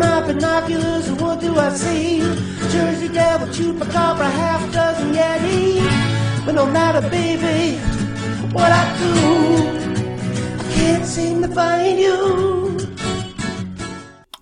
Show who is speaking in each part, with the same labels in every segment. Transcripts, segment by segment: Speaker 1: binoculars, what do I see? Jersey Devil, Chupacabra, half dozen Yeti. But no matter, baby, what I do, I can't seem to find you.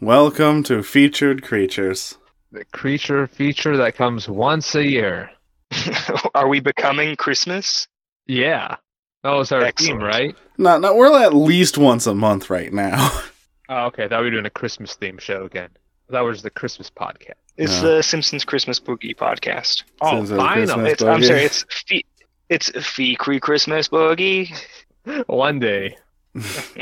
Speaker 2: Welcome to Featured Creatures.
Speaker 3: The creature feature that comes once a year.
Speaker 4: Are we becoming Christmas?
Speaker 3: Yeah. That was our
Speaker 4: Excellent.
Speaker 3: theme, right?
Speaker 2: Not, not we're at least once a month right now.
Speaker 3: Oh, okay. I thought we were doing a Christmas theme show again. That was the Christmas podcast.
Speaker 4: It's
Speaker 2: No.
Speaker 4: the Simpsons Christmas Boogie podcast.
Speaker 3: Oh,
Speaker 2: Simpsons
Speaker 3: finally.
Speaker 2: Christmas
Speaker 4: It's, I'm
Speaker 2: Boogie.
Speaker 4: sorry, it's fee, it's fee cree Christmas Boogie.
Speaker 3: One day.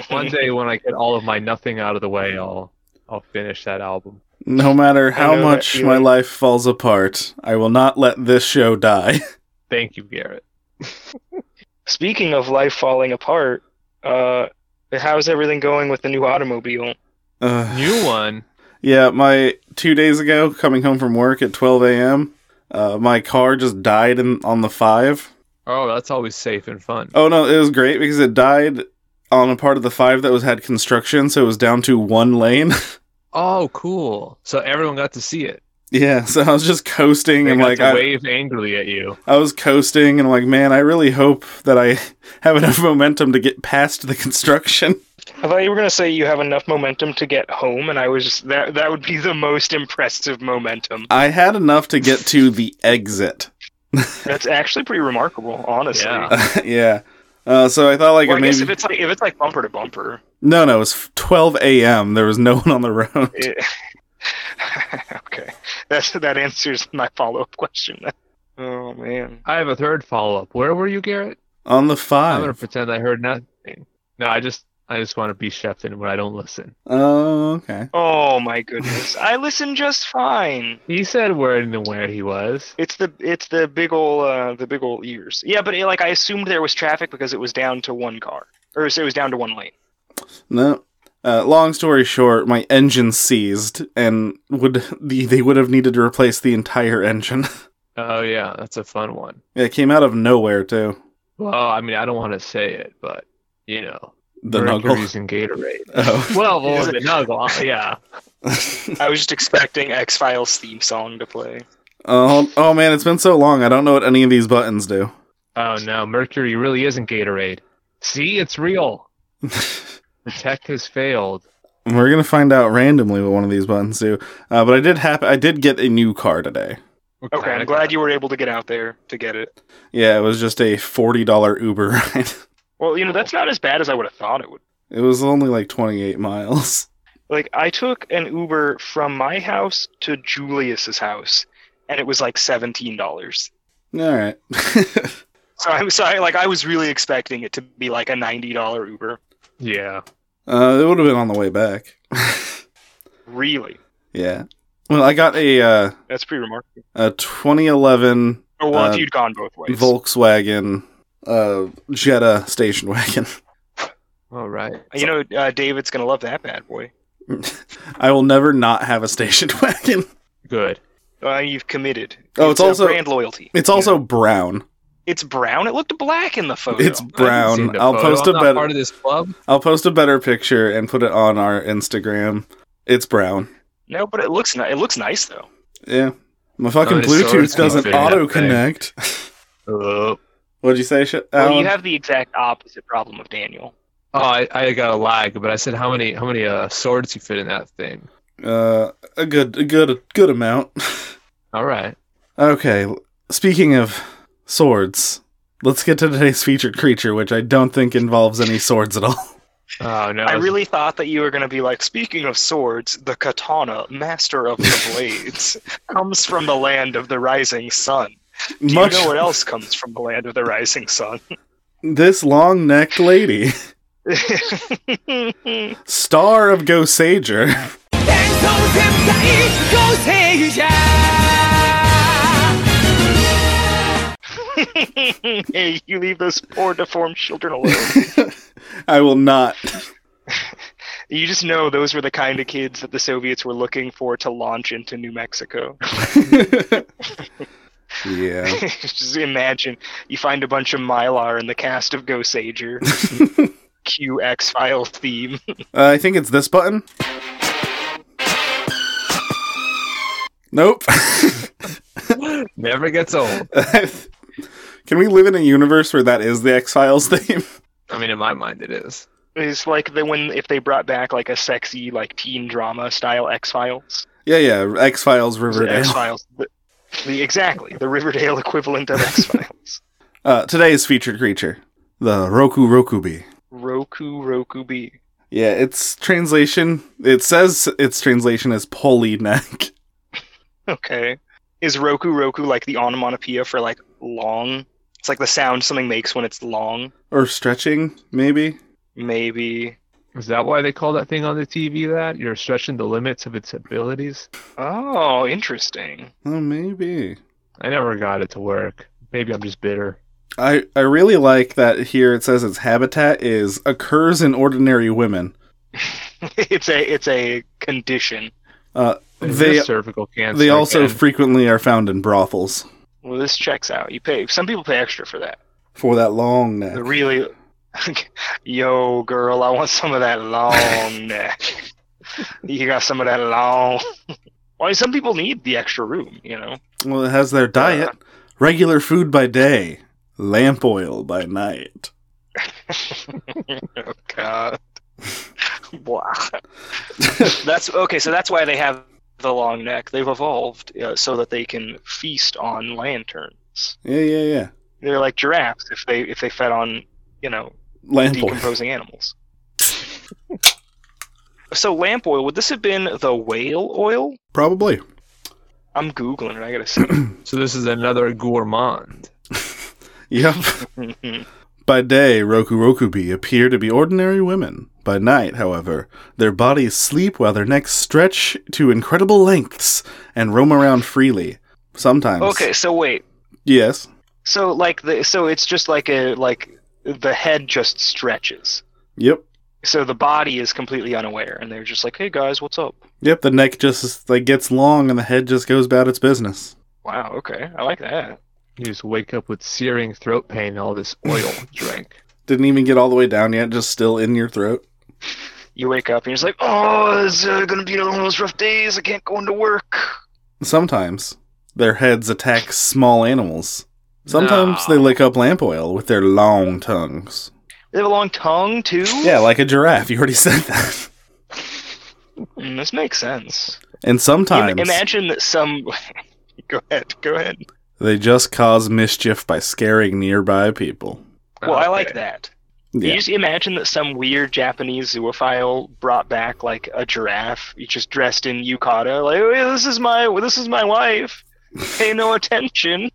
Speaker 3: One day when I get all of my nothing out of the way, I'll I'll finish that album.
Speaker 2: No matter how
Speaker 4: know that
Speaker 2: much my
Speaker 4: feeling.
Speaker 2: life falls apart, I will not let this show die.
Speaker 3: Thank you, Garrett.
Speaker 4: Speaking of life falling apart, uh, how's everything going with the new automobile?
Speaker 2: Uh,
Speaker 3: New one.
Speaker 2: Yeah, my two days ago, coming home from work at 12 a.m., uh, my car just died in, on the five.
Speaker 3: Oh, that's always safe and fun.
Speaker 2: Oh no, it was great because it died on a part of the five that was had construction, so it was down to one lane.
Speaker 3: Oh, cool. So everyone got to see it.
Speaker 2: yeah, so I was just coasting
Speaker 3: They
Speaker 2: and
Speaker 3: got
Speaker 2: like
Speaker 3: to
Speaker 2: I,
Speaker 3: wave angrily at you.
Speaker 2: I was coasting and like, man, I really hope that I have enough momentum to get past the construction.
Speaker 4: I thought you were gonna say you have enough momentum to get home, and I was just that that would be the most impressive momentum.
Speaker 2: I had enough to get to the exit.
Speaker 4: That's actually pretty remarkable, honestly.
Speaker 3: Yeah.
Speaker 2: yeah. Uh, so I thought like
Speaker 4: Well, I guess
Speaker 2: maybe
Speaker 4: if it's like if it's like bumper to bumper,
Speaker 2: no, no, it was 12 a.m. There was no one on the road.
Speaker 4: it... okay, that's that answers my follow up question. Then. Oh man,
Speaker 3: I have a third follow up. Where were you, Garrett?
Speaker 2: On the
Speaker 3: I'm gonna
Speaker 2: five.
Speaker 3: pretend I heard nothing. No, I just I just want to be Shefton when I don't listen.
Speaker 2: Oh, okay.
Speaker 4: oh my goodness, I listen just fine.
Speaker 3: He said where and where he was.
Speaker 4: It's the it's the big ol' uh, the big ol' ears. Yeah, but it, like I assumed there was traffic because it was down to one car, or it was down to one lane.
Speaker 2: No. Uh, long story short, my engine seized, and would the, they would have needed to replace the entire engine.
Speaker 3: Oh yeah, that's a fun one.
Speaker 2: it came out of nowhere too.
Speaker 3: Well, I mean, I don't want to say it, but you know,
Speaker 2: The
Speaker 3: Mercury's in Gatorade.
Speaker 2: nuggle.
Speaker 3: Well, well, the Nuggle, uh, yeah.
Speaker 2: Oh.
Speaker 4: I was just expecting X Files theme song to play.
Speaker 2: oh, oh man, it's been so long. I don't know what any of these buttons do.
Speaker 3: Oh no, Mercury really isn't Gatorade. See, it's real. The tech has failed.
Speaker 2: We're gonna find out randomly what one of these buttons do. Uh, but I did hap- I did get a new car today.
Speaker 4: Okay, I'm glad you were able to get out there to get it.
Speaker 2: Yeah, it was just a forty dollar Uber ride.
Speaker 4: Well, you know that's not as bad as I would have thought it would.
Speaker 2: it was only like twenty eight miles.
Speaker 4: Like I took an Uber from my house to Julius's house, and it was like seventeen dollars.
Speaker 2: All right.
Speaker 4: So I'm sorry, like I was really expecting it to be like a ninety dollar Uber.
Speaker 3: Yeah.
Speaker 2: uh, it would have been on the way back.
Speaker 4: Really,
Speaker 2: Yeah. Well, I got a uh,
Speaker 4: that's pretty remarkable.
Speaker 2: a 2011
Speaker 4: Or well,
Speaker 2: Uh,
Speaker 4: if you'd gone both ways.
Speaker 2: Volkswagen uh, Jetta station wagon.
Speaker 3: All right.
Speaker 4: You know, uh, David's gonna love that bad boy.
Speaker 2: I will never not have a station wagon.
Speaker 3: Good.
Speaker 4: Uh, you've committed.
Speaker 2: Oh, it's
Speaker 4: a
Speaker 2: also-
Speaker 4: brand loyalty.
Speaker 2: It's also brown.
Speaker 4: it's brown. It looked black in the photo.
Speaker 2: It's
Speaker 3: I haven't seen
Speaker 2: brown.
Speaker 3: the
Speaker 2: I'll
Speaker 3: photo.
Speaker 2: post
Speaker 3: I'm
Speaker 2: a
Speaker 3: not
Speaker 2: better.
Speaker 3: part of this club.
Speaker 2: I'll post a better picture and put it on our Instagram. It's brown.
Speaker 4: no, but it looks ni- it looks nice though.
Speaker 2: Yeah. My fucking
Speaker 3: it's so
Speaker 2: Bluetooth doesn't
Speaker 3: expensive.
Speaker 2: auto connect.
Speaker 3: Oh,
Speaker 2: What'd you say, Sh-
Speaker 4: Well,
Speaker 2: Alan?
Speaker 4: you have the exact opposite problem of Daniel.
Speaker 3: Oh, I, I got a lag, but I said how many how many uh, swords you fit in that thing.
Speaker 2: uh, a good, a good, a good amount.
Speaker 3: All right.
Speaker 2: Okay, l- speaking of swords, let's get to today's featured creature, which I don't think involves any swords at all.
Speaker 3: Oh no.
Speaker 4: I
Speaker 3: it's-
Speaker 4: really thought that you were going to be like, speaking of swords, the katana, master of the blades, comes from the land of the rising sun. Do
Speaker 2: Much
Speaker 4: you know what else comes from the land of the rising sun?
Speaker 2: this long necked lady, star of Go Sager.
Speaker 4: 'Hey, you leave those poor deformed children alone.
Speaker 2: I will not.
Speaker 4: You just know those were the kind of kids that the Soviets were looking for to launch into New Mexico.
Speaker 2: yeah.
Speaker 4: just imagine you find a bunch of mylar in the cast of Ghost Sager. QX file theme.
Speaker 2: Uh, I think it's this button. Nope.
Speaker 3: Never gets old.
Speaker 2: Can we live in a universe where that is the X Files theme?
Speaker 3: I mean, in my mind, it is.
Speaker 4: It's like the when if they brought back like a sexy like teen drama style X Files.
Speaker 2: yeah, yeah. X Files
Speaker 4: X
Speaker 2: Riverdale.
Speaker 4: Files. The, the exactly the Riverdale equivalent of X Files.
Speaker 2: Uh, today's featured creature, the Roku Rokubi.
Speaker 4: Roku Roku B.
Speaker 2: Yeah, its translation. It says its translation is Polly neck.
Speaker 4: Okay. Is Roku Roku like the onomatopoeia for like long? It's like the sound something makes when it's long.
Speaker 2: or stretching, maybe.
Speaker 4: Maybe.
Speaker 3: Is that why they call that thing on the TV that? You're stretching the limits of its abilities?
Speaker 4: Oh, interesting.
Speaker 2: Oh, maybe.
Speaker 3: I never got it to work. Maybe I'm just bitter.
Speaker 2: I I really like that here. It says its habitat is occurs in ordinary women.
Speaker 4: it's a it's a condition.
Speaker 2: Uh,
Speaker 3: It
Speaker 2: They-
Speaker 3: is cervical cancer.
Speaker 2: they also
Speaker 3: again.
Speaker 2: frequently are found in brothels
Speaker 4: Well, this checks out. You pay. Some people pay extra for that.
Speaker 2: for that long neck.
Speaker 4: The really, yo girl, I want some of that long neck. you got some of that long. Well, some people need the extra room, you know.
Speaker 2: Well, it has their diet:
Speaker 4: Uh.
Speaker 2: regular food by day, lamp oil by night.
Speaker 4: oh God. Blah. that's okay. So that's why they have the long neck. They've evolved uh, so that they can feast on lanterns.
Speaker 2: Yeah, yeah, yeah.
Speaker 4: They're like giraffes if they if they fed on you know
Speaker 2: Lamp oil.
Speaker 4: decomposing animals. So lamp oil would this have been the whale oil?
Speaker 2: Probably.
Speaker 4: I'm googling it. I gotta see.
Speaker 3: So this is another gourmand.
Speaker 2: Yep.
Speaker 4: Mhm.
Speaker 2: by day, Roku Rokubi appear to be ordinary women. By night, however, their bodies sleep while their necks stretch to incredible lengths and roam around freely. Sometimes.
Speaker 4: okay, so wait.
Speaker 2: Yes.
Speaker 4: So like the so it's just like a like the head just stretches.
Speaker 2: Yep.
Speaker 4: So the body is completely unaware, and they're just like, "Hey guys, what's up?"
Speaker 2: Yep. The neck just like gets long and the head just goes about its business.
Speaker 4: Wow. Okay, I like that.
Speaker 3: You just wake up with searing throat pain and all this oil drink.
Speaker 2: Didn't even get all the way down yet, just still in your throat.
Speaker 4: You wake up and you're just like, "Oh, it's uh, gonna be another one of those rough days. I can't go into work."
Speaker 2: Sometimes their heads attack small animals. Sometimes
Speaker 3: No.
Speaker 2: they lick up lamp oil with their long tongues.
Speaker 4: They have a long tongue too.
Speaker 2: Yeah, like a giraffe. You already said that.
Speaker 4: Mm, this makes sense.
Speaker 2: And
Speaker 4: Im-
Speaker 2: sometimes
Speaker 4: imagine that some. go ahead. Go ahead.
Speaker 2: they just cause mischief by scaring nearby people.
Speaker 4: Well, I like
Speaker 3: Okay.
Speaker 4: that. You
Speaker 2: Yeah.
Speaker 4: just imagine that some weird Japanese zoophile brought back like a giraffe, you just dressed in yukata, like "Hey, this is my this is my wife. Pay no attention.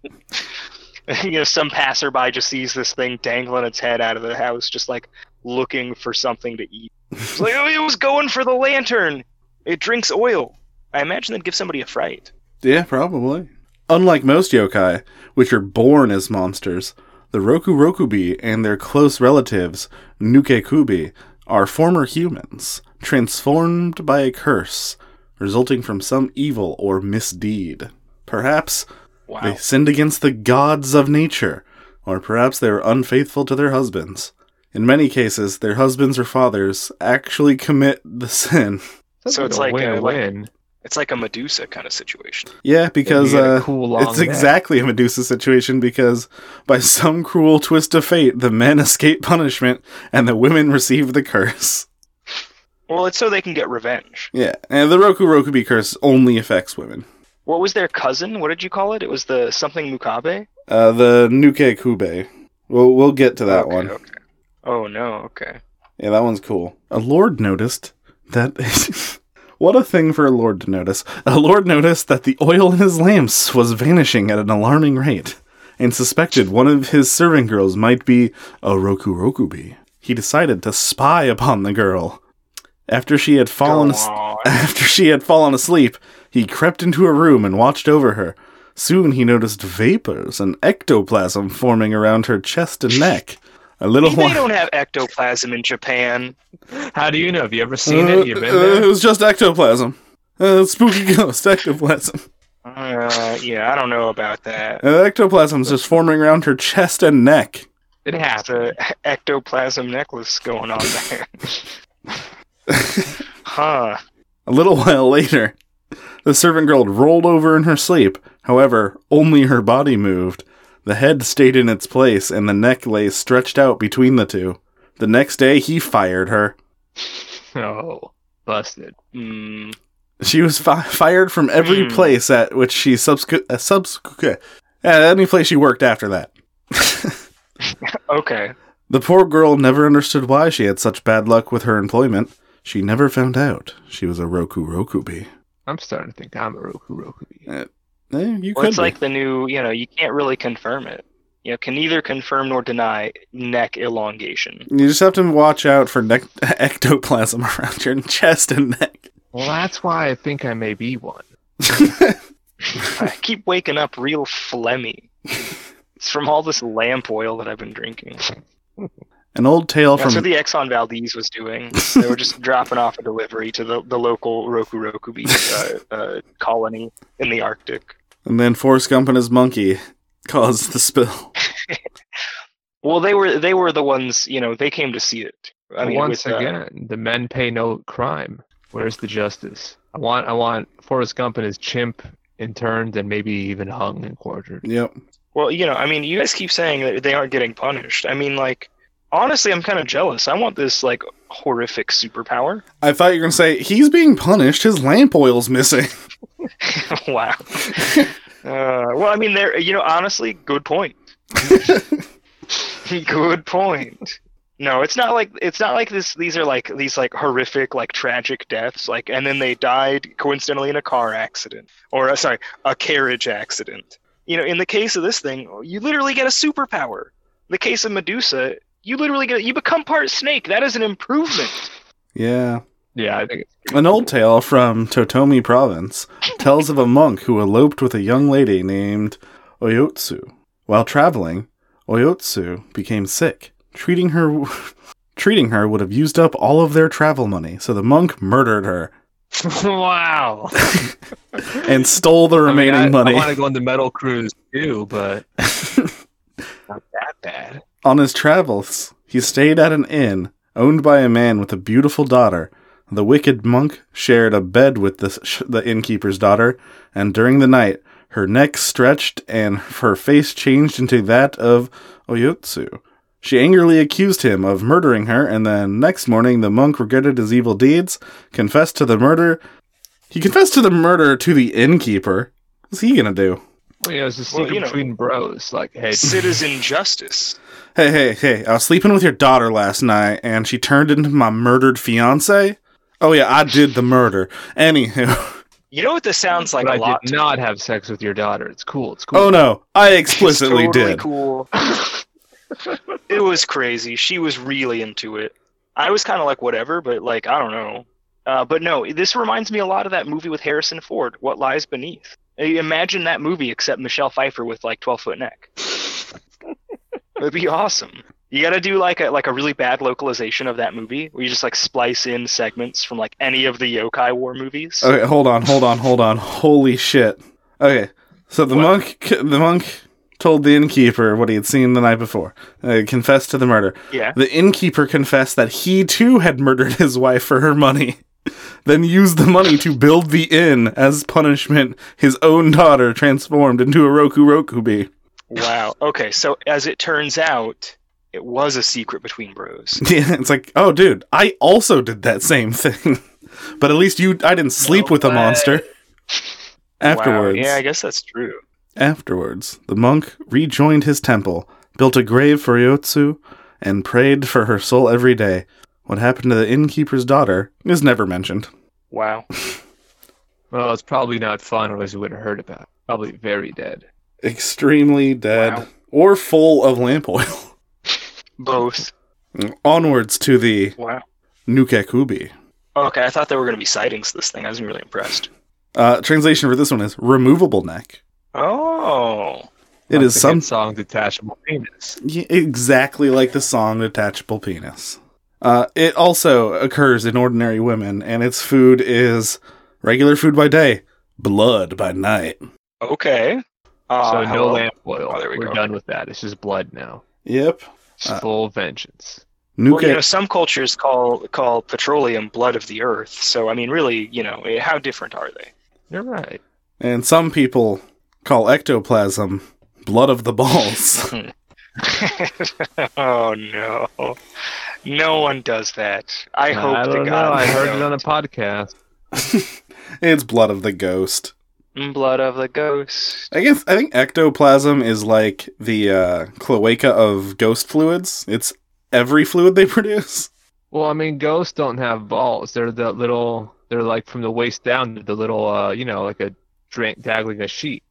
Speaker 4: you know, some passerby just sees this thing dangling its head out of the house, just like looking for something to eat. It's like oh, it was going for the lantern. It drinks oil. I imagine that'd give somebody a fright.
Speaker 2: Yeah, probably. Unlike most yokai, which are born as monsters, the Roku Rokubi and their close relatives, Nukekubi, are former humans, transformed by a curse, resulting from some evil or misdeed. Perhaps
Speaker 4: Wow.
Speaker 2: they sinned against the gods of nature, or perhaps they were unfaithful to their husbands. In many cases, their husbands or fathers actually commit the sin.
Speaker 3: Sounds
Speaker 4: So it's
Speaker 3: a
Speaker 4: like a- like-
Speaker 3: win-win.
Speaker 4: It's like a Medusa kind of situation.
Speaker 2: Yeah, because
Speaker 3: Maybe you had
Speaker 2: uh,
Speaker 3: a cool long
Speaker 2: it's
Speaker 3: neck.
Speaker 2: exactly a Medusa situation because by some cruel twist of fate, the men escape punishment and the women receive the curse.
Speaker 4: Well, it's so they can get revenge.
Speaker 2: Yeah, and the Roku Rokubi curse only affects women.
Speaker 4: What was their cousin? What did you call it? It was the something Mukabe.
Speaker 2: Uh, the Nuke Kube. We'll, we'll get to that
Speaker 4: Okay,
Speaker 2: one.
Speaker 4: okay. Oh no, okay.
Speaker 2: Yeah, that one's cool. A lord noticed that. what a thing for a lord to notice. A lord noticed that the oil in his lamps was vanishing at an alarming rate and suspected one of his serving girls might be a Roku Rokubi. He decided to spy upon the girl. After she had fallen
Speaker 4: Go on.
Speaker 2: after she had fallen asleep, he crept into her room and watched over her. Soon he noticed vapors and ectoplasm forming around her chest and neck. A little
Speaker 4: They
Speaker 2: while-
Speaker 4: don't have ectoplasm in Japan.
Speaker 3: How do you know? Have you ever seen it? You've been
Speaker 2: Uh, uh, It
Speaker 3: there?
Speaker 2: was just ectoplasm. Uh, spooky ghost ectoplasm.
Speaker 4: Uh, yeah, I don't know about that.
Speaker 2: Uh, ectoplasm's just forming around her chest and neck.
Speaker 3: It
Speaker 4: It's
Speaker 3: happened.
Speaker 4: a ectoplasm necklace going on there. huh.
Speaker 2: A little while later, The servant girl rolled over in her sleep. However, only her body moved. The head stayed in its place, and the neck lay stretched out between the two. The next day, he fired her. uh.
Speaker 3: Oh, busted.
Speaker 4: Mm,
Speaker 2: She was fi- fired from every
Speaker 4: Hmm.
Speaker 2: place at which she subsequent uh, subsequent at any place she worked after that.
Speaker 4: okay.
Speaker 2: The poor girl never understood why she had such bad luck with her employment. She never found out she was a Roku Rokubi.
Speaker 3: I'm starting to think I'm a Roku Rokubi.
Speaker 2: Eh, you
Speaker 4: Well,
Speaker 2: could
Speaker 4: it's
Speaker 2: be.
Speaker 4: like the new, you know, you can't really confirm it. You know, can neither confirm nor deny neck elongation.
Speaker 2: You just have to watch out for nec- ectoplasm around your chest and neck.
Speaker 3: Well, that's why I think I may be one.
Speaker 4: I keep waking up real phlegmy. It's from all this lamp oil that I've been drinking.
Speaker 2: An old tale
Speaker 4: That's
Speaker 2: from
Speaker 4: what the Exxon Valdez was doing. They were just dropping off a delivery to the, the local Roku Roku Beach uh, uh, colony in the Arctic.
Speaker 2: and then Forrest Gump and his monkey caused the spill.
Speaker 4: Well, they were they were the ones, you know, they came to see it. I mean,
Speaker 3: Once
Speaker 4: with, uh,
Speaker 3: again, the men pay no crime. Where's the justice? I want, I want Forrest Gump and his chimp interned and maybe even hung and quartered.
Speaker 2: Yep.
Speaker 4: Well, you know, I mean, you guys keep saying that they aren't getting punished. I mean, like, honestly, I'm kind of jealous. I want this like horrific superpower.
Speaker 2: I thought you were gonna say he's being punished. His lamp oil's missing.
Speaker 4: wow. Uh, well, I mean, there. You know, honestly, good point. good point. No, it's not like it's not like this. These are like these like horrific, like tragic deaths. Like, and then they died coincidentally in a car accident, or uh, sorry, a carriage accident. You know, in the case of this thing, you literally get a superpower. In the case of Medusa, you literally get you become part snake. That is an improvement.
Speaker 2: Yeah.
Speaker 3: Yeah, I think it's
Speaker 2: An old tale from Totomi province tells of a monk who eloped with a young lady named Oyotsu. While traveling, Oyotsu became sick. Treating her treating her would have used up all of their travel money, so the monk murdered her
Speaker 3: wow.
Speaker 2: and stole the remaining
Speaker 3: I mean, I,
Speaker 2: money.
Speaker 3: I want to go on the metal cruise too, but not that bad.
Speaker 2: On his travels, he stayed at an inn owned by a man with a beautiful daughter. The wicked monk shared a bed with the, sh- the innkeeper's daughter, and during the night, her neck stretched and her face changed into that of Oyotsu. She angrily accused him of murdering her, and then next morning, the monk regretted his evil deeds, confessed to the murder. He confessed to the murder to the innkeeper. What's he gonna do?
Speaker 3: Well, you know, it's a
Speaker 4: Well,
Speaker 3: secret
Speaker 4: you know-
Speaker 3: between bros. Like, hey,
Speaker 4: Citizen justice.
Speaker 2: Hey, hey, hey, I was sleeping with your daughter last night and she turned into my murdered fiance? Oh, yeah, I did the murder. Anywho.
Speaker 4: You know what this sounds like
Speaker 3: but
Speaker 4: a
Speaker 3: I
Speaker 4: lot.
Speaker 3: did not have sex with your daughter. It's cool. It's cool.
Speaker 2: Oh, no, I
Speaker 4: It's
Speaker 2: explicitly
Speaker 4: totally
Speaker 2: did.
Speaker 4: cool. it was crazy. She was really into it. I was kind of like whatever, but like I don't know. Uh, but no, this reminds me a lot of that movie with Harrison Ford, What Lies Beneath. I- Imagine that movie except Michelle Pfeiffer with like twelve foot neck. It'd be awesome. You gotta do like a like a really bad localization of that movie where you just like splice in segments from like any of the yokai war movies.
Speaker 2: Okay, hold on, hold on, hold on. Holy shit. Okay, so the monk, the monk told the innkeeper what he had seen the night before. Uh, confessed to the murder.
Speaker 4: Yeah.
Speaker 2: The innkeeper confessed that he too had murdered his wife for her money, then used the money to build the inn as punishment. His own daughter transformed into a Roku Rokubi.
Speaker 4: Wow. Okay, so as it turns out, it was a secret between bros.
Speaker 2: Yeah, it's like, oh, dude, I also did that same thing, but at least you, I didn't sleep
Speaker 3: No
Speaker 2: with a
Speaker 3: way.
Speaker 2: monster. Afterwards,
Speaker 4: Wow, Yeah, I guess that's true.
Speaker 2: afterwards, the monk rejoined his temple, built a grave for Yotsu, and prayed for her soul every day. What happened to the innkeeper's daughter is never mentioned.
Speaker 4: Wow.
Speaker 3: Well, it's probably not fun, or else you would have heard about. it. Probably very dead.
Speaker 2: extremely dead
Speaker 4: Wow.
Speaker 2: or full of lamp oil.
Speaker 4: Both.
Speaker 2: Onwards to the
Speaker 4: Wow.
Speaker 2: Nukekubi.
Speaker 4: Okay, I thought there were going to be sightings this thing. I was really impressed.
Speaker 2: Uh, translation for this one is removable neck.
Speaker 4: Oh.
Speaker 2: It is
Speaker 3: Like the
Speaker 2: some
Speaker 3: hit song detachable penis.
Speaker 2: Yeah, exactly like the song "Detachable Penis." Uh, it also occurs in ordinary women, and its food is regular food by day, blood by night.
Speaker 4: Okay. Uh,
Speaker 3: so
Speaker 4: hello.
Speaker 3: no lamp oil.
Speaker 4: Oh, there we
Speaker 3: We're
Speaker 4: go.
Speaker 3: done with that. It's just blood now.
Speaker 2: Yep.
Speaker 3: It's
Speaker 2: Uh,
Speaker 3: full vengeance.
Speaker 4: Well, you know,
Speaker 2: Nuke.
Speaker 4: some cultures call call petroleum blood of the earth. So I mean, really, you know, eh, how different are they?
Speaker 3: You're right.
Speaker 2: And some people call ectoplasm blood of the balls.
Speaker 4: oh no. No one does that. I hope
Speaker 3: I
Speaker 4: to
Speaker 3: don't
Speaker 4: God.
Speaker 3: know. I
Speaker 4: they
Speaker 3: heard it
Speaker 4: don't.
Speaker 3: on a podcast.
Speaker 2: it's blood of the ghost.
Speaker 4: Mm, Blood of the Ghost.
Speaker 2: I guess I think ectoplasm is like the uh, cloaca of ghost fluids. It's every fluid they produce.
Speaker 3: Well, I mean, ghosts don't have balls. They're the little. They're like from the waist down. The little, uh, you know, like a drink dangling a sheet.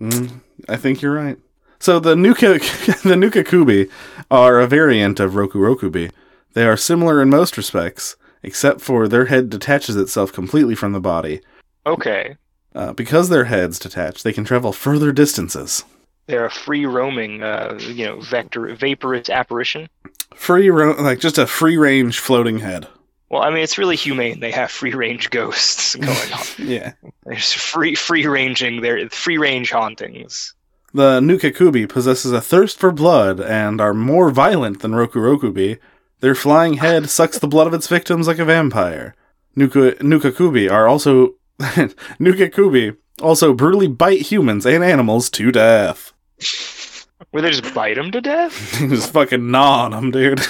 Speaker 2: Mm, I think you're right. So the Nuka the Nuka Kubi are a variant of Roku Rokubi. They are similar in most respects, except for their head detaches itself completely from the body.
Speaker 4: Okay.
Speaker 2: Uh, because their heads detach, they can travel further distances.
Speaker 4: They're a free roaming uh, you know, vector vaporous apparition.
Speaker 2: Free ro- like just a free range floating head.
Speaker 4: Well, I mean it's really humane they have free range ghosts going on.
Speaker 2: Yeah.
Speaker 4: There's free free ranging their free range hauntings.
Speaker 2: The Nukakubi possesses a thirst for blood and are more violent than Rokurokubi. Their flying head sucks the blood of its victims like a vampire. Nuka Nukakubi are also Nukakubi also brutally bite humans and animals to death.
Speaker 4: Where they just bite them to death?
Speaker 2: Just fucking gnaw on 'em, dude.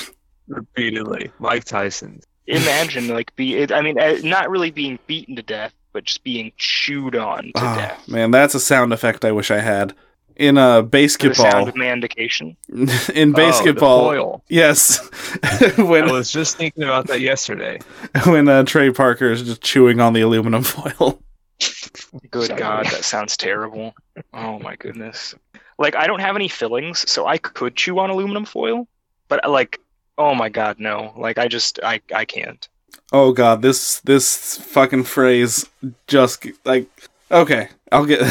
Speaker 3: Repeatedly, Mike Tyson.
Speaker 4: Imagine like be it, I mean uh, not really being beaten to death, but just being chewed on to
Speaker 2: Ah,
Speaker 4: death.
Speaker 2: man, that's a sound effect I wish I had. In uh,
Speaker 4: The sound
Speaker 2: basketball,
Speaker 4: of mandication.
Speaker 2: in
Speaker 3: Oh,
Speaker 2: basketball,
Speaker 3: the foil.
Speaker 2: yes,
Speaker 3: I
Speaker 2: when
Speaker 3: was just thinking about that yesterday.
Speaker 2: when uh, Trey Parker is just chewing on the aluminum foil.
Speaker 4: Good
Speaker 3: Sorry.
Speaker 4: God, that sounds terrible. Oh my goodness. Like I don't have any fillings, so I could chew on aluminum foil, but like, oh my God, no. Like I just, I, I can't.
Speaker 2: Oh god, this this fucking phrase just like okay, I'll get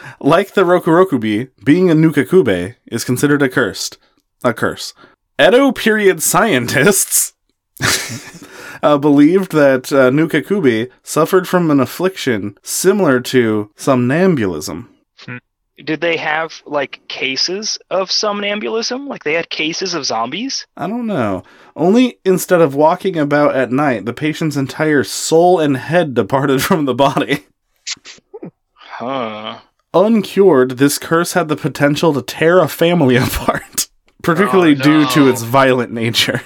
Speaker 2: like the Rokurokubi, being a Nukakube is considered a cursed a curse. Edo period scientists uh, believed that uh, Nukakubi suffered from an affliction similar to somnambulism.
Speaker 4: Did they have like cases of somnambulism? Like they had cases of zombies?
Speaker 2: I don't know. Only instead of walking about at night, the patient's entire soul and head departed from the body.
Speaker 4: Huh.
Speaker 2: Uncured, this curse had the potential to tear a family apart, particularly
Speaker 3: Oh,
Speaker 2: due
Speaker 3: no.
Speaker 2: to its violent nature.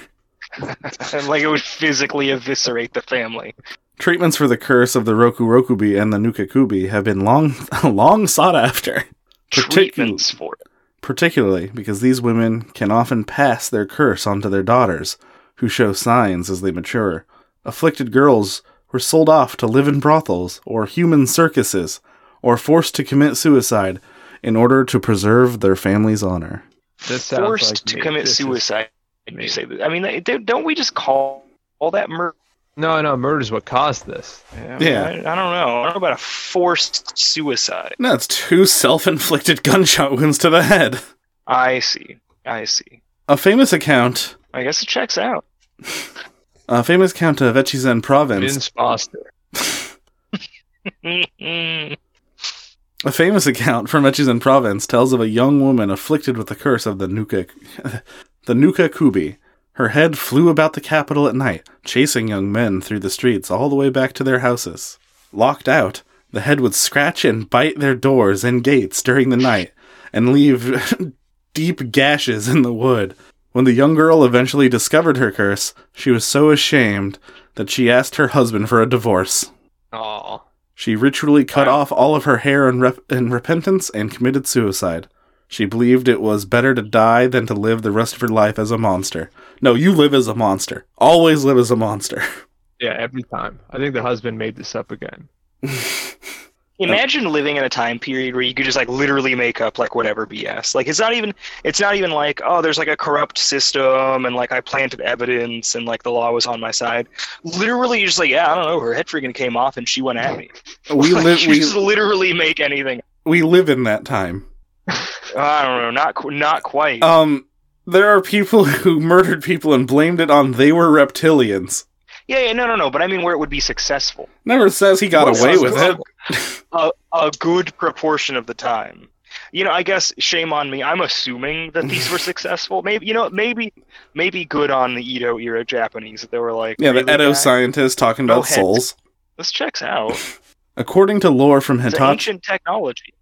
Speaker 4: like it would physically eviscerate the family.
Speaker 2: Treatments for the curse of the Roku Rokubi and the Nukakubi have been long, long sought after, Particu-
Speaker 4: Treatments for it.
Speaker 2: particularly because these women can often pass their curse onto their daughters, who show signs as they mature. Afflicted girls were sold off to live in brothels or human circuses, or forced to commit suicide in order to preserve their family's honor.
Speaker 3: This sounds
Speaker 4: Forced
Speaker 3: like
Speaker 4: to
Speaker 3: me.
Speaker 4: commit
Speaker 3: This is-
Speaker 4: suicide.
Speaker 3: me.
Speaker 4: You say that. I mean, they- don't we just call all that murder?
Speaker 3: No, no, murder's what caused this.
Speaker 2: Yeah.
Speaker 4: I, I don't know. I don't know about a forced suicide.
Speaker 2: No, it's two self inflicted gunshot wounds to the head.
Speaker 4: I see. I see.
Speaker 2: A famous account,
Speaker 4: I guess it checks out.
Speaker 2: a famous account of Echizen province,
Speaker 3: Vince Foster.
Speaker 4: Mm-mm.
Speaker 2: a famous account from Echizen province tells of a young woman afflicted with the curse of the Nuka, the Nuka Kubi. Her head flew about the capital at night, chasing young men through the streets all the way back to their houses. Locked out, the head would scratch and bite their doors and gates during the night and leave deep gashes in the wood. When the young girl eventually discovered her curse, she was so ashamed that she asked her husband for a divorce.
Speaker 3: Oh,
Speaker 2: She ritually cut off all of her hair in, rep- in repentance and committed suicide. She believed it was better to die than to live the rest of her life as a monster. No, you live as a monster. Always live as a monster.
Speaker 3: yeah, every time. I think the husband made this up again.
Speaker 4: Imagine living in a time period where you could just like literally make up like whatever BS. Like it's not even it's not even like oh there's like a corrupt system and like I planted evidence and like the law was on my side. Literally you're just like yeah I don't know her head freaking came off and she went at me.
Speaker 2: we
Speaker 4: Like,
Speaker 2: live
Speaker 4: you
Speaker 2: we,
Speaker 4: just literally make anything.
Speaker 2: we live in that time.
Speaker 4: I don't know. Not qu- not quite.
Speaker 2: Um there are people who murdered people and blamed it on they were reptilians.
Speaker 4: yeah yeah no no no. But I mean where it would be successful.
Speaker 2: Never says he got
Speaker 4: Well,
Speaker 2: away
Speaker 4: sounds
Speaker 2: with
Speaker 4: good.
Speaker 2: it.
Speaker 4: a, a good proportion of the time. You know, I guess shame on me. I'm assuming that these were successful. Maybe you know, maybe maybe good on the Edo era Japanese that they were like
Speaker 2: Yeah, the
Speaker 4: really
Speaker 2: Edo
Speaker 4: guy?
Speaker 2: scientist talking about
Speaker 4: heads.
Speaker 2: souls.
Speaker 4: This checks out. It's
Speaker 2: According to lore from Hitachi,
Speaker 4: ancient technology.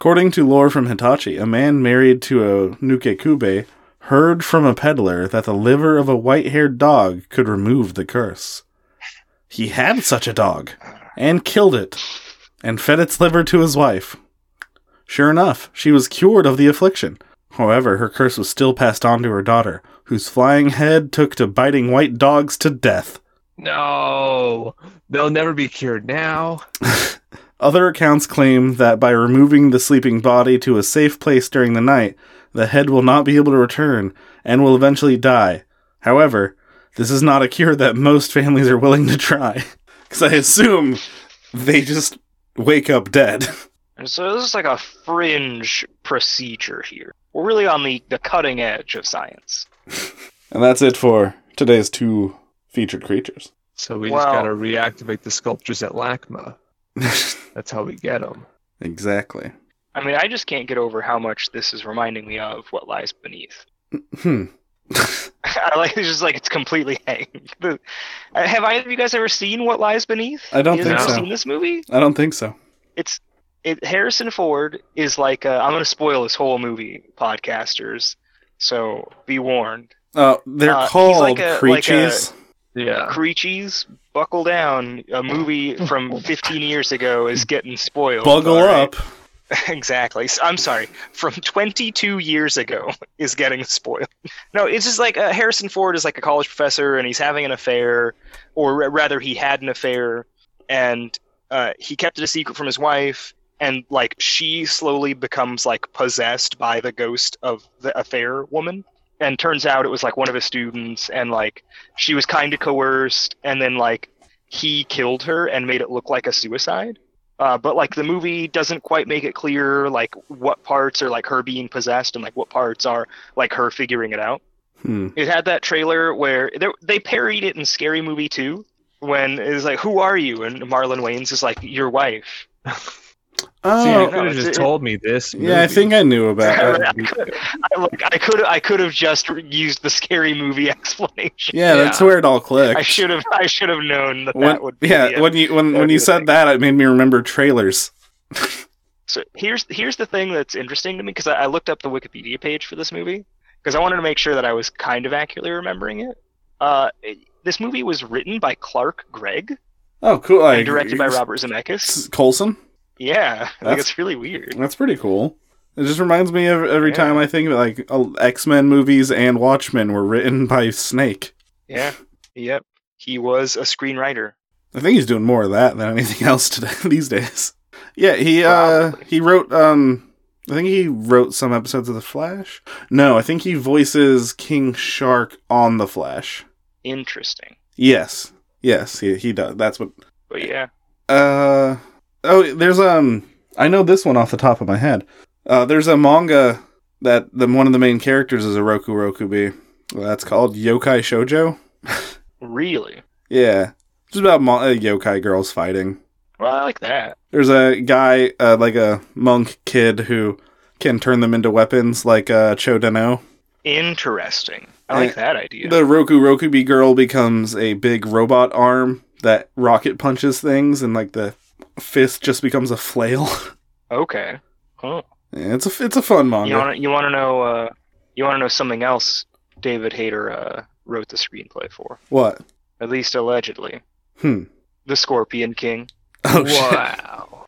Speaker 2: According to lore from Hitachi, a man married to a Nukekube heard from a peddler that the liver of a white haired dog could remove the curse. He had such a dog and killed it and fed its liver to his wife. Sure enough, she was cured of the affliction. However, her curse was still passed on to her daughter, whose flying head took to biting white dogs to death.
Speaker 3: No, they'll never be cured now.
Speaker 2: Other accounts claim that by removing the sleeping body to a safe place during the night, the head will not be able to return and will eventually die. However, this is not a cure that most families are willing to try. Because I assume they just wake up dead.
Speaker 4: And so this is like a fringe procedure here. We're really on the, the cutting edge of science.
Speaker 2: And that's it for today's two featured creatures.
Speaker 3: So we just
Speaker 4: Wow.
Speaker 3: gotta reactivate the sculptures at LACMA. That's how we get them.
Speaker 2: exactly.
Speaker 4: I mean, I just can't get over how much this is reminding me of what lies beneath.
Speaker 2: Hmm.
Speaker 4: I like it's just like it's completely hanged. The- uh, Have either of you guys ever seen What Lies Beneath?
Speaker 2: I don't
Speaker 4: you
Speaker 3: think
Speaker 4: guys ever
Speaker 3: so.
Speaker 4: seen this movie?
Speaker 2: I don't think so.
Speaker 4: It's it. Harrison Ford is like uh, I'm gonna spoil this whole movie, podcasters. So be warned.
Speaker 2: Uh, they're
Speaker 4: Uh, he's
Speaker 2: called
Speaker 4: like a- like a-
Speaker 2: Creatures.
Speaker 3: Yeah.
Speaker 4: Creechies, buckle down. A movie from 15 years ago is getting spoiled.
Speaker 2: Buggle
Speaker 4: all right?
Speaker 2: up.
Speaker 4: exactly. S- I'm sorry. From 22 years ago is getting spoiled. No, it's just like uh, Harrison Ford is like a college professor and he's having an affair, or ra- rather, he had an affair and uh, he kept it a secret from his wife. And like she slowly becomes like possessed by the ghost of the affair woman. And turns out it was like one of his students, and like she was kind of coerced, and then like he killed her and made it look like a suicide. Uh, but like the movie doesn't quite make it clear like what parts are like her being possessed and like what parts are like her figuring it out.
Speaker 2: Hmm.
Speaker 4: It had that trailer where they, they parried it in Scary Movie 2 when it's like, "Who are you?" and Marlon Wayans is like, "Your wife."
Speaker 2: Oh,
Speaker 3: See, you
Speaker 4: no,
Speaker 3: could have
Speaker 4: it's-
Speaker 3: just
Speaker 4: it-
Speaker 3: told me this.
Speaker 2: yeah, I
Speaker 3: movie.
Speaker 2: think I knew about that.
Speaker 4: I, could, I, like, I could I could have just used the Scary Movie explanation.
Speaker 2: Yeah, that's
Speaker 3: Yeah.
Speaker 2: where it all clicked.
Speaker 4: I should have I should have known that
Speaker 2: When,
Speaker 4: that would be
Speaker 2: yeah,
Speaker 4: it.
Speaker 2: when you when, when
Speaker 4: that would
Speaker 2: you
Speaker 4: be the
Speaker 2: said
Speaker 4: thing.
Speaker 2: that, it made me remember trailers.
Speaker 4: So here's here's the thing that's interesting to me because I, I looked up the Wikipedia page for this movie because I wanted to make sure that I was kind of accurately remembering it. Uh, it- this movie was written by Clark Gregg
Speaker 2: Oh, cool!
Speaker 4: and directed by Robert Zemeckis.
Speaker 2: Colson.
Speaker 4: Yeah,
Speaker 2: That's-
Speaker 4: like
Speaker 2: Mm.
Speaker 4: it's really weird.
Speaker 2: That's pretty cool. It just reminds me of every
Speaker 4: Yeah.
Speaker 2: time I think about like X Men movies and Watchmen were written by Snake.
Speaker 4: Yeah, yep. He was a screenwriter.
Speaker 2: I think he's doing more of that than anything else today these days. Yeah, he uh he wrote um I think he wrote some episodes of The Flash. No, I think he voices King Shark on The Flash.
Speaker 4: Interesting,
Speaker 2: Yes. Yes, he he does. That's what
Speaker 4: but yeah,
Speaker 2: Uh oh, there's um I know this one off the top of my head. Uh there's a manga that the one of the main characters is a Roku Rokubi. That's called Yokai Shoujo.
Speaker 4: really.
Speaker 2: Yeah. It's about mon- uh, yokai girls fighting.
Speaker 4: Well, I like that.
Speaker 2: There's a guy uh, like a monk kid who can turn them into weapons like uh Chodeno.
Speaker 4: Interesting. I like that idea.
Speaker 2: The Roku Rokubi girl becomes a big robot arm that rocket punches things and like the fist just becomes a flail.
Speaker 4: Okay. Oh.
Speaker 2: Yeah, it's a it's a fun manga.
Speaker 4: You want to you want to know uh, you want to know something else? David Hayter uh, wrote the screenplay for.
Speaker 2: What?
Speaker 4: At least allegedly.
Speaker 2: Hmm.
Speaker 4: The Scorpion King.
Speaker 2: Oh shit.
Speaker 3: wow.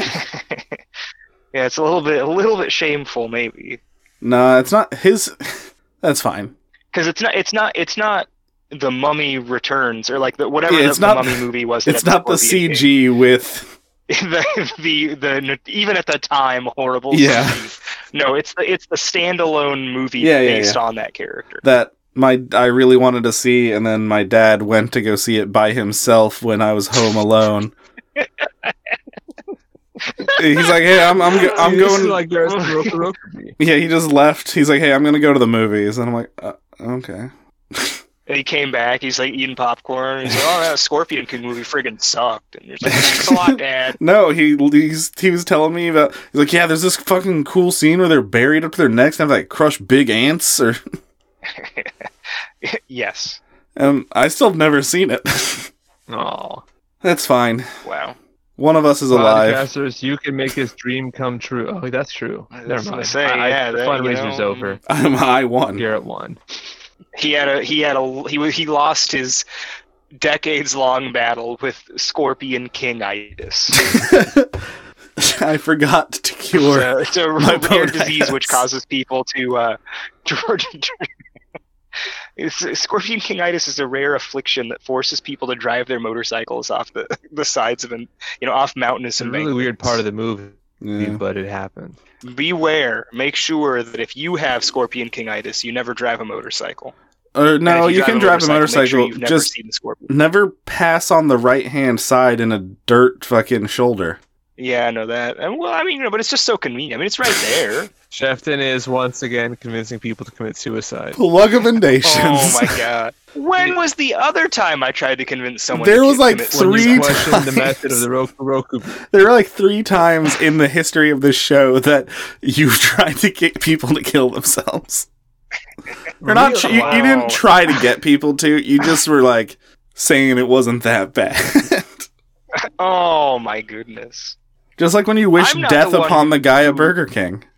Speaker 4: yeah, it's a little bit a little bit shameful maybe.
Speaker 2: Nah, it's not his. That's fine.
Speaker 4: Cuz it's not it's not it's not the Mummy Returns or like the whatever
Speaker 2: Yeah,
Speaker 4: the,
Speaker 2: it's
Speaker 4: the
Speaker 2: not-
Speaker 4: Mummy movie was. that
Speaker 2: It's
Speaker 4: had
Speaker 2: not the
Speaker 4: Scorpion
Speaker 2: CG
Speaker 4: King.
Speaker 2: with.
Speaker 4: the, the the even at the time horrible.
Speaker 2: Yeah.
Speaker 4: CG. No, it's the it's the standalone movie
Speaker 2: Yeah, yeah,
Speaker 4: based
Speaker 2: yeah.
Speaker 4: on that character.
Speaker 2: that my I really wanted to see, and then my dad went to go see it by himself when I was home alone. He's like, hey, I'm I'm go- I'm
Speaker 3: See, this is
Speaker 2: going.
Speaker 3: like the rest of Roku Rokubi.
Speaker 2: yeah, he just left. He's like, hey, I'm gonna go to the movies, and I'm like, uh, okay.
Speaker 4: And he came back. He's like eating popcorn. He's like, "Oh, that Scorpion King movie friggin' sucked." And you're like, "Thanks a lot, Dad."
Speaker 2: No, he he's, he was telling me about. He's like, yeah, there's this fucking cool scene where they're buried up to their necks and have to, like crush big ants, or
Speaker 4: yes.
Speaker 2: and I still have never seen it.
Speaker 3: Oh,
Speaker 2: That's fine.
Speaker 4: Wow.
Speaker 2: One of us is alive.
Speaker 3: Podcasters, you can make his dream come true. Oh, that's true.
Speaker 4: That's
Speaker 3: Never
Speaker 4: what I
Speaker 3: mind.
Speaker 4: say, yeah,
Speaker 3: the
Speaker 4: that, you
Speaker 3: fundraiser's
Speaker 4: know, mm-hmm.
Speaker 3: over.
Speaker 2: I'm, I won.
Speaker 3: Garrett won.
Speaker 4: He had a he had a he wa- he lost his decades long battle with Scorpion King itis.
Speaker 2: I forgot to
Speaker 4: it's
Speaker 2: cure.
Speaker 4: a, it's a
Speaker 2: my
Speaker 4: rare
Speaker 2: bone
Speaker 4: disease which
Speaker 2: itis.
Speaker 4: causes people to uh to- It's- Scorpion kingitis is a rare affliction that forces people to drive their motorcycles off the, the sides of an you know off mountainous
Speaker 3: It's a really
Speaker 4: embankments.
Speaker 3: weird part of the movie,
Speaker 2: Yeah.
Speaker 3: but it happened.
Speaker 4: Beware! Make sure that if you have scorpion kingitis, you never drive a motorcycle.
Speaker 2: Or
Speaker 4: And
Speaker 2: no,
Speaker 4: if
Speaker 2: you, can drive a
Speaker 4: make sure
Speaker 2: motorcycle.
Speaker 4: you've never
Speaker 2: just
Speaker 4: seen the scorpion.
Speaker 2: never pass on the right hand side in a dirt fucking shoulder.
Speaker 4: Yeah, I know that. And, well, I mean, you know, but it's just so convenient. I mean, it's right there.
Speaker 3: Shefton is once again convincing people to commit suicide.
Speaker 2: Plugamendations.
Speaker 4: oh my god! When was the other time I tried to convince someone?
Speaker 2: There
Speaker 4: to
Speaker 2: was, like,
Speaker 4: commit
Speaker 2: three
Speaker 3: when you question the
Speaker 2: times.
Speaker 3: method of the Roku Roku.
Speaker 2: There are like three times in the history of this show that you've tried to get people to kill themselves. You're not. You, you
Speaker 4: Wow.
Speaker 2: didn't try to get people to. You just were like saying it wasn't that bad.
Speaker 4: Oh my goodness.
Speaker 2: just like when you wish
Speaker 4: I'm not
Speaker 2: death
Speaker 4: the one
Speaker 2: upon the guy
Speaker 4: who-
Speaker 2: at Burger King.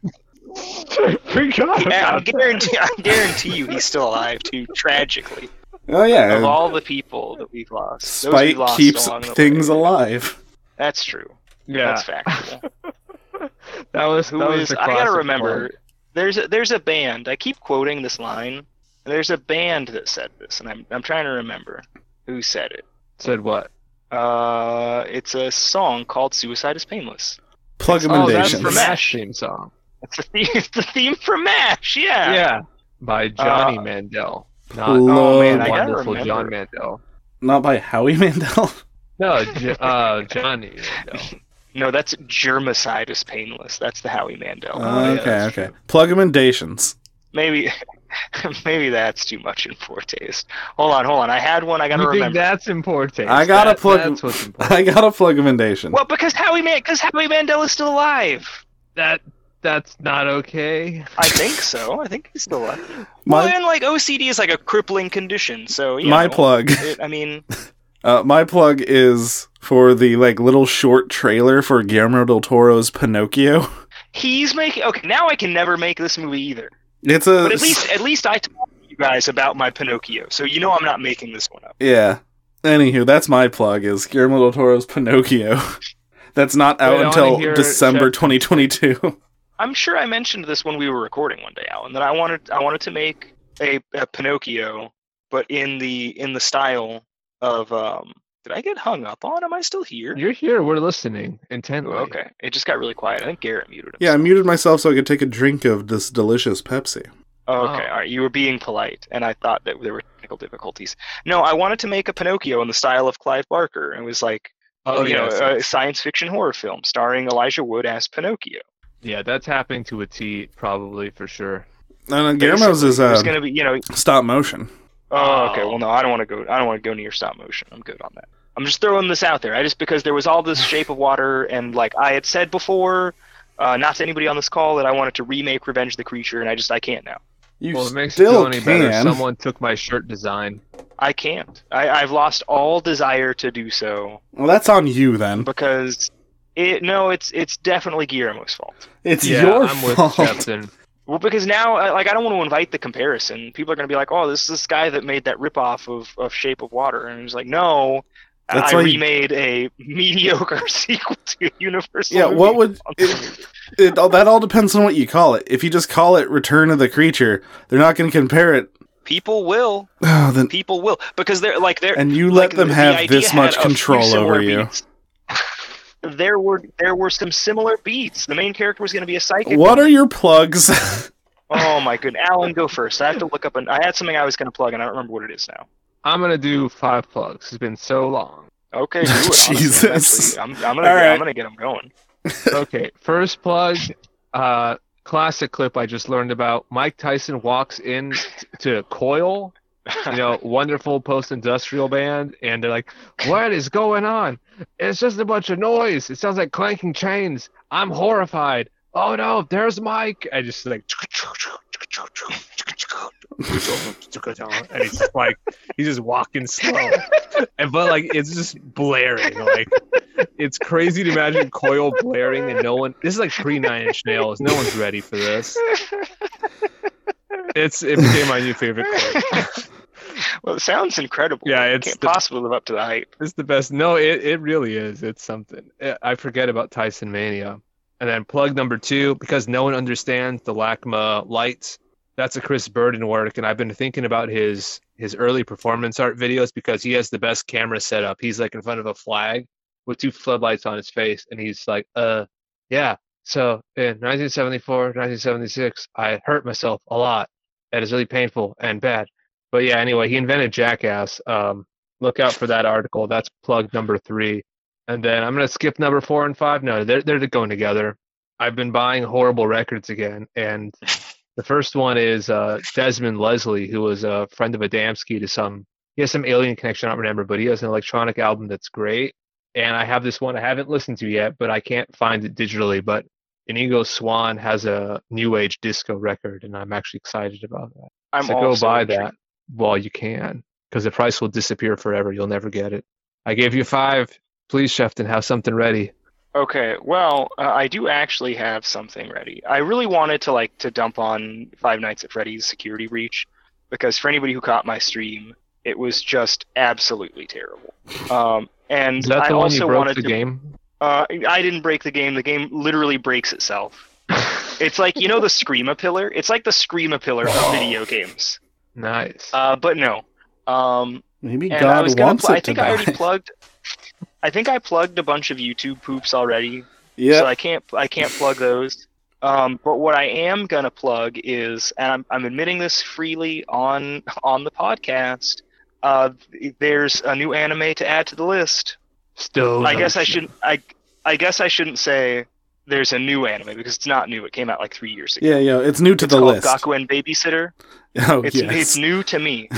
Speaker 3: Forgot
Speaker 4: Yeah, I
Speaker 3: about that.
Speaker 4: guarantee I guarantee you he's still alive too, tragically.
Speaker 2: Oh
Speaker 4: of
Speaker 2: yeah,
Speaker 4: all the people that we've lost. those we
Speaker 2: spite
Speaker 4: lost
Speaker 2: keeps
Speaker 4: along the
Speaker 2: things
Speaker 4: way.
Speaker 2: alive.
Speaker 4: That's true.
Speaker 3: Yeah,
Speaker 4: That's factual.
Speaker 3: that was
Speaker 4: Who
Speaker 3: that was
Speaker 4: is-
Speaker 3: the
Speaker 4: I gotta
Speaker 3: classic
Speaker 4: remember
Speaker 3: part.
Speaker 4: there's a there's a band. I keep quoting this line. There's a band that said this, and I'm I'm trying to remember who said it.
Speaker 3: Said what?
Speaker 4: Uh it's a song called Suicide is Painless.
Speaker 3: Oh, that's
Speaker 2: Plugamentations.
Speaker 3: the Mash theme song.
Speaker 4: It's the theme, it's the theme for MASH, yeah.
Speaker 3: Yeah, by Johnny
Speaker 4: Uh,
Speaker 3: Mandel. Not
Speaker 4: oh, man, I
Speaker 2: Plug.
Speaker 4: gotta
Speaker 3: wonderful
Speaker 4: remember.
Speaker 3: John Mandel.
Speaker 2: Not by Howie Mandel.
Speaker 3: No, J- uh, Johnny Mandel.
Speaker 4: No, that's Germicide is Painless. That's the Howie Mandel.
Speaker 3: Oh, yeah,
Speaker 2: okay,
Speaker 3: that's
Speaker 2: okay. Plugamentations.
Speaker 4: Maybe maybe that's too much in poor taste. Hold on, hold on. I had one I gotta
Speaker 3: you
Speaker 4: remember.
Speaker 3: think that's important?
Speaker 2: I gotta
Speaker 3: That-
Speaker 2: plug-
Speaker 3: That's what's important.
Speaker 2: I got a plugamendation.
Speaker 4: Well, because Howie Man, because Howie Mandel is still alive.
Speaker 3: That that's not okay.
Speaker 4: I think so. I think he's still alive.
Speaker 2: My-
Speaker 4: well, and like OCD is like a crippling condition, so you
Speaker 2: My
Speaker 4: know,
Speaker 2: plug.
Speaker 4: It, I mean,
Speaker 2: Uh, my plug is for the like little short trailer for Guillermo del Toro's Pinocchio.
Speaker 4: he's making okay. Now I can never make this movie either.
Speaker 2: It's a
Speaker 4: But at least, at least I told you guys about my Pinocchio, so you know I'm not making this one up.
Speaker 2: yeah. Anywho, that's my plug is Guillermo del Toro's Pinocchio. that's not out
Speaker 3: Wait, I wanna
Speaker 2: until
Speaker 3: hear
Speaker 2: December
Speaker 3: Shep-
Speaker 2: 2022.
Speaker 4: I'm sure I mentioned this when we were recording one day, Alan, that I wanted I wanted to make a, a Pinocchio, but in the in the style of um. Did I get hung up on? Am I still here?
Speaker 3: You're here. We're listening intently.
Speaker 4: Okay, it just got really quiet. I think Garrett muted himself.
Speaker 2: yeah, I muted myself so I could take a drink of this delicious Pepsi.
Speaker 3: Oh.
Speaker 4: Oh, okay, all right. You were being polite, and I thought that there were technical difficulties. No, I wanted to make a Pinocchio in the style of Clive Barker, and it was like,
Speaker 3: Oh
Speaker 4: you
Speaker 3: yeah.
Speaker 4: know, a science fiction horror film starring Elijah Wood as Pinocchio.
Speaker 3: yeah, that's happening to a T probably for sure.
Speaker 2: And Guillermo's is uh,
Speaker 4: There's gonna be, you know,
Speaker 2: stop motion.
Speaker 4: oh, okay.
Speaker 3: Oh.
Speaker 4: Well, no, I don't want to go. I don't want to go near stop motion. I'm good on that. I'm just throwing this out there. I just because there was all this Shape of Water, and like I had said before, uh, not to anybody on this call, that I wanted to remake Revenge of the Creature, and I just I can't now.
Speaker 2: You
Speaker 3: well, it makes it feel
Speaker 2: still
Speaker 3: any better.
Speaker 2: can.
Speaker 3: Someone took my shirt design.
Speaker 4: I can't. I, I've lost all desire to do so.
Speaker 2: Well, that's on you then.
Speaker 4: because it no, it's it's definitely Guillermo's fault.
Speaker 2: It's
Speaker 3: yeah,
Speaker 2: your
Speaker 3: I'm
Speaker 2: fault.
Speaker 3: with Shepton.
Speaker 4: Well, because now, I- like, I don't want to invite the comparison. People are going to be like, "Oh, this is this guy that made that ripoff of of Shape of Water," and he's like, "No,
Speaker 2: That's
Speaker 4: I
Speaker 2: why you-
Speaker 4: remade a mediocre sequel to Universal."
Speaker 2: Yeah, what
Speaker 4: movie."
Speaker 2: would it, it, all that all depends on what you call it. If you just call it Return of the Creature, they're not going to compare it.
Speaker 4: people will?
Speaker 2: Oh, then
Speaker 4: People will because they're like they're
Speaker 2: and you let
Speaker 4: like,
Speaker 2: them
Speaker 4: the- the
Speaker 2: have
Speaker 4: idea
Speaker 2: this
Speaker 4: had
Speaker 2: much
Speaker 4: a few
Speaker 2: control
Speaker 4: similar
Speaker 2: over you.
Speaker 4: beats. there were there were some similar beats. The main character was going to be a psychic.
Speaker 2: What are your plugs?
Speaker 4: Oh my goodness, Alan, go first. I have to look up an. I had something I was going to plug, and I don't remember what it is now.
Speaker 3: I'm gonna do five plugs. It's been so long.
Speaker 4: Okay, do it, honestly.
Speaker 2: Jesus.
Speaker 4: Eventually, I'm, I'm gonna
Speaker 2: All right.
Speaker 4: I'm gonna get him going.
Speaker 3: okay, first plug. Uh, classic clip I just learned about. Mike Tyson walks in t- to Coil, you know, wonderful post-industrial band, and they're like, "What is going on? It's just a bunch of noise. It sounds like clanking chains. I'm horrified. Oh no, there's Mike." I just like and he's just like he's just walking slow, and but like it's just blaring. Like it's crazy to imagine Coil blaring and no one. This is like pre Nine Inch Nails. No one's ready for this. It's it became my new favorite. Coil.
Speaker 4: well, it sounds incredible.
Speaker 3: Yeah, it's
Speaker 4: can't
Speaker 3: the-
Speaker 4: possibly live up to the hype.
Speaker 3: It's the best. No, it, it really is. It's something. I- I forget about Tyson Mania. And then plug number two, because no one understands the LACMA lights. That's a Chris Burden work, and I've been thinking about his his early performance art videos because he has the best camera setup. He's like in front of a flag with two floodlights on his face, and he's like, "Uh, yeah." So in 1974, 1976, I hurt myself a lot. That is really painful and bad. But yeah, anyway, he invented Jackass. Um, look out for that article. That's plug number three. And then I'm gonna skip number four and five. No, they're they're going together. I've been buying horrible records again, and the first one is uh, Desmond Leslie, who was a friend of Adamski to some. He has some alien connection. I don't remember, but he has an electronic album that's great. And I have this one I haven't listened to yet, but I can't find it digitally. But Inigo Swan has a new age disco record, and I'm actually excited about that.
Speaker 4: I'm
Speaker 3: So go
Speaker 4: also
Speaker 3: buy
Speaker 4: intrigued.
Speaker 3: that while you can, because the price will disappear forever. You'll never get it. I gave you five. Please, Shefton, have something ready.
Speaker 4: Okay, well, uh, I do actually have something ready. I really wanted to like to dump on Five Nights at Freddy's Security Breach because for anybody who caught my stream, it was just absolutely terrible. Um, and
Speaker 3: Is that
Speaker 4: I
Speaker 3: the one
Speaker 4: also
Speaker 3: you broke
Speaker 4: wanted
Speaker 3: the
Speaker 4: to.
Speaker 3: game?
Speaker 4: Uh, I didn't break the game. The game literally breaks itself. it's like you know the Screama pillar. It's like the Screama pillar of video games.
Speaker 3: Nice.
Speaker 4: Uh, but no. Um,
Speaker 2: Maybe
Speaker 4: and I was
Speaker 2: God
Speaker 4: gonna.
Speaker 2: wants
Speaker 4: Pl- I
Speaker 2: it to
Speaker 4: think I already
Speaker 2: die.
Speaker 4: plugged. I think I plugged a bunch of YouTube poops already so
Speaker 2: yeah,
Speaker 4: I can't I can't plug those. Um, but what I am gonna plug is, and I'm, I'm admitting this freely on on the podcast. Uh, there's a new anime to add to the list.
Speaker 3: Still,
Speaker 4: I guess I shouldn't. I I guess I shouldn't say there's a new anime because it's not new. It came out like three years ago.
Speaker 2: yeah, yeah. It's new to
Speaker 4: It's
Speaker 2: the
Speaker 4: called
Speaker 2: list.
Speaker 4: Gakuen Babysitter.
Speaker 2: Oh
Speaker 4: It's
Speaker 2: yes.
Speaker 4: it's new to me.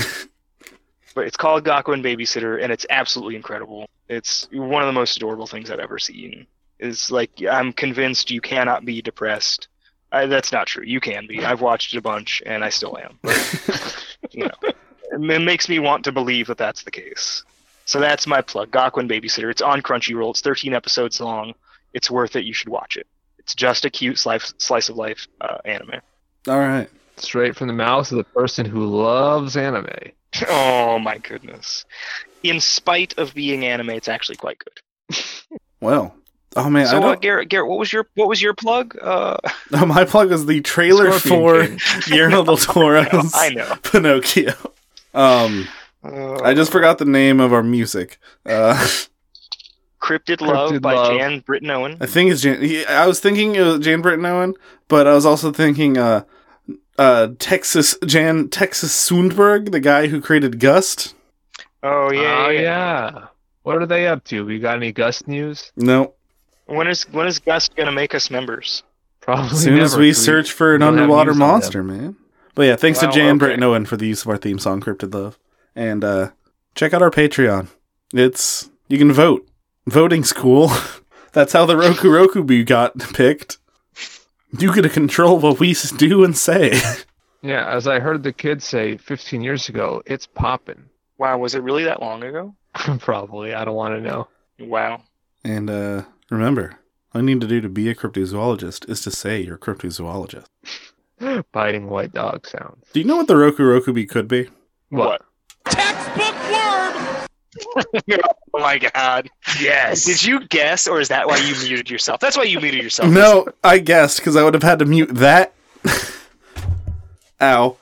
Speaker 4: But it's called Gakuen Babysitter, and it's absolutely incredible. It's one of the most adorable things I've ever seen. It's like I'm convinced you cannot be depressed. I, that's not true. You can be. I've watched it a bunch, and I still am. But, you know, it makes me want to believe that that's the case. So that's my plug. Gakuen Babysitter. It's on Crunchyroll. It's 13 episodes long. It's worth it. You should watch it. It's just a cute slice slice of life uh, anime.
Speaker 2: All right.
Speaker 3: straight from the mouth of the person who loves anime.
Speaker 4: Oh my goodness. In spite of being anime, it's actually quite good.
Speaker 2: Well. Oh man, I
Speaker 4: so uh,
Speaker 2: don't.
Speaker 4: Garrett, Garrett, what was your what was your plug? Uh,
Speaker 2: my plug is the trailer
Speaker 3: Scorpion
Speaker 2: for Guillermo del Toro's
Speaker 4: I know.
Speaker 2: Pinocchio. Um,
Speaker 4: Uh,
Speaker 2: I just forgot the name of our music. Uh,
Speaker 4: Uh, Cryptid Love
Speaker 3: Cryptid
Speaker 4: by
Speaker 3: Love.
Speaker 4: Jan Britton Owen.
Speaker 2: I think it's Jan. he- I was thinking it was Jan Britton Owen, but I was also thinking uh, uh, Texas Jan Texas Sundberg, the guy who created Gust.
Speaker 4: Oh yeah,
Speaker 3: Oh,
Speaker 4: yeah.
Speaker 3: yeah. What are they up to? We got any Gust news?
Speaker 2: No,
Speaker 4: When is when is Gus gonna make us members?
Speaker 3: Probably.
Speaker 2: as soon as
Speaker 3: never,
Speaker 2: we
Speaker 3: 'cause
Speaker 2: search for an
Speaker 3: don't have
Speaker 2: underwater
Speaker 3: news on
Speaker 2: monster, man. But yeah, thanks
Speaker 4: Wow,
Speaker 2: to Jan
Speaker 4: okay.
Speaker 2: Britton Owen for the use of our theme song, Cryptid Love, and uh, check out our Patreon. It's you can vote. Voting's cool. That's how the Roku Roku Bee got picked. You get to control what we s- do and say.
Speaker 3: Yeah, as I heard the kids say 15 years ago, it's popping.
Speaker 4: Wow, was it really that long ago?
Speaker 3: Probably. I don't want to know.
Speaker 4: Wow.
Speaker 2: And uh, remember, all you need to do to be a cryptozoologist is to say you're a cryptozoologist.
Speaker 3: Biting white dog sounds.
Speaker 2: Do you know what the Roku Roku bee could be?
Speaker 4: What? Oh my god. Yes. Did you guess or is that why you muted yourself? That's why you muted yourself.
Speaker 2: No, I guessed because I would have had to mute that. Ow.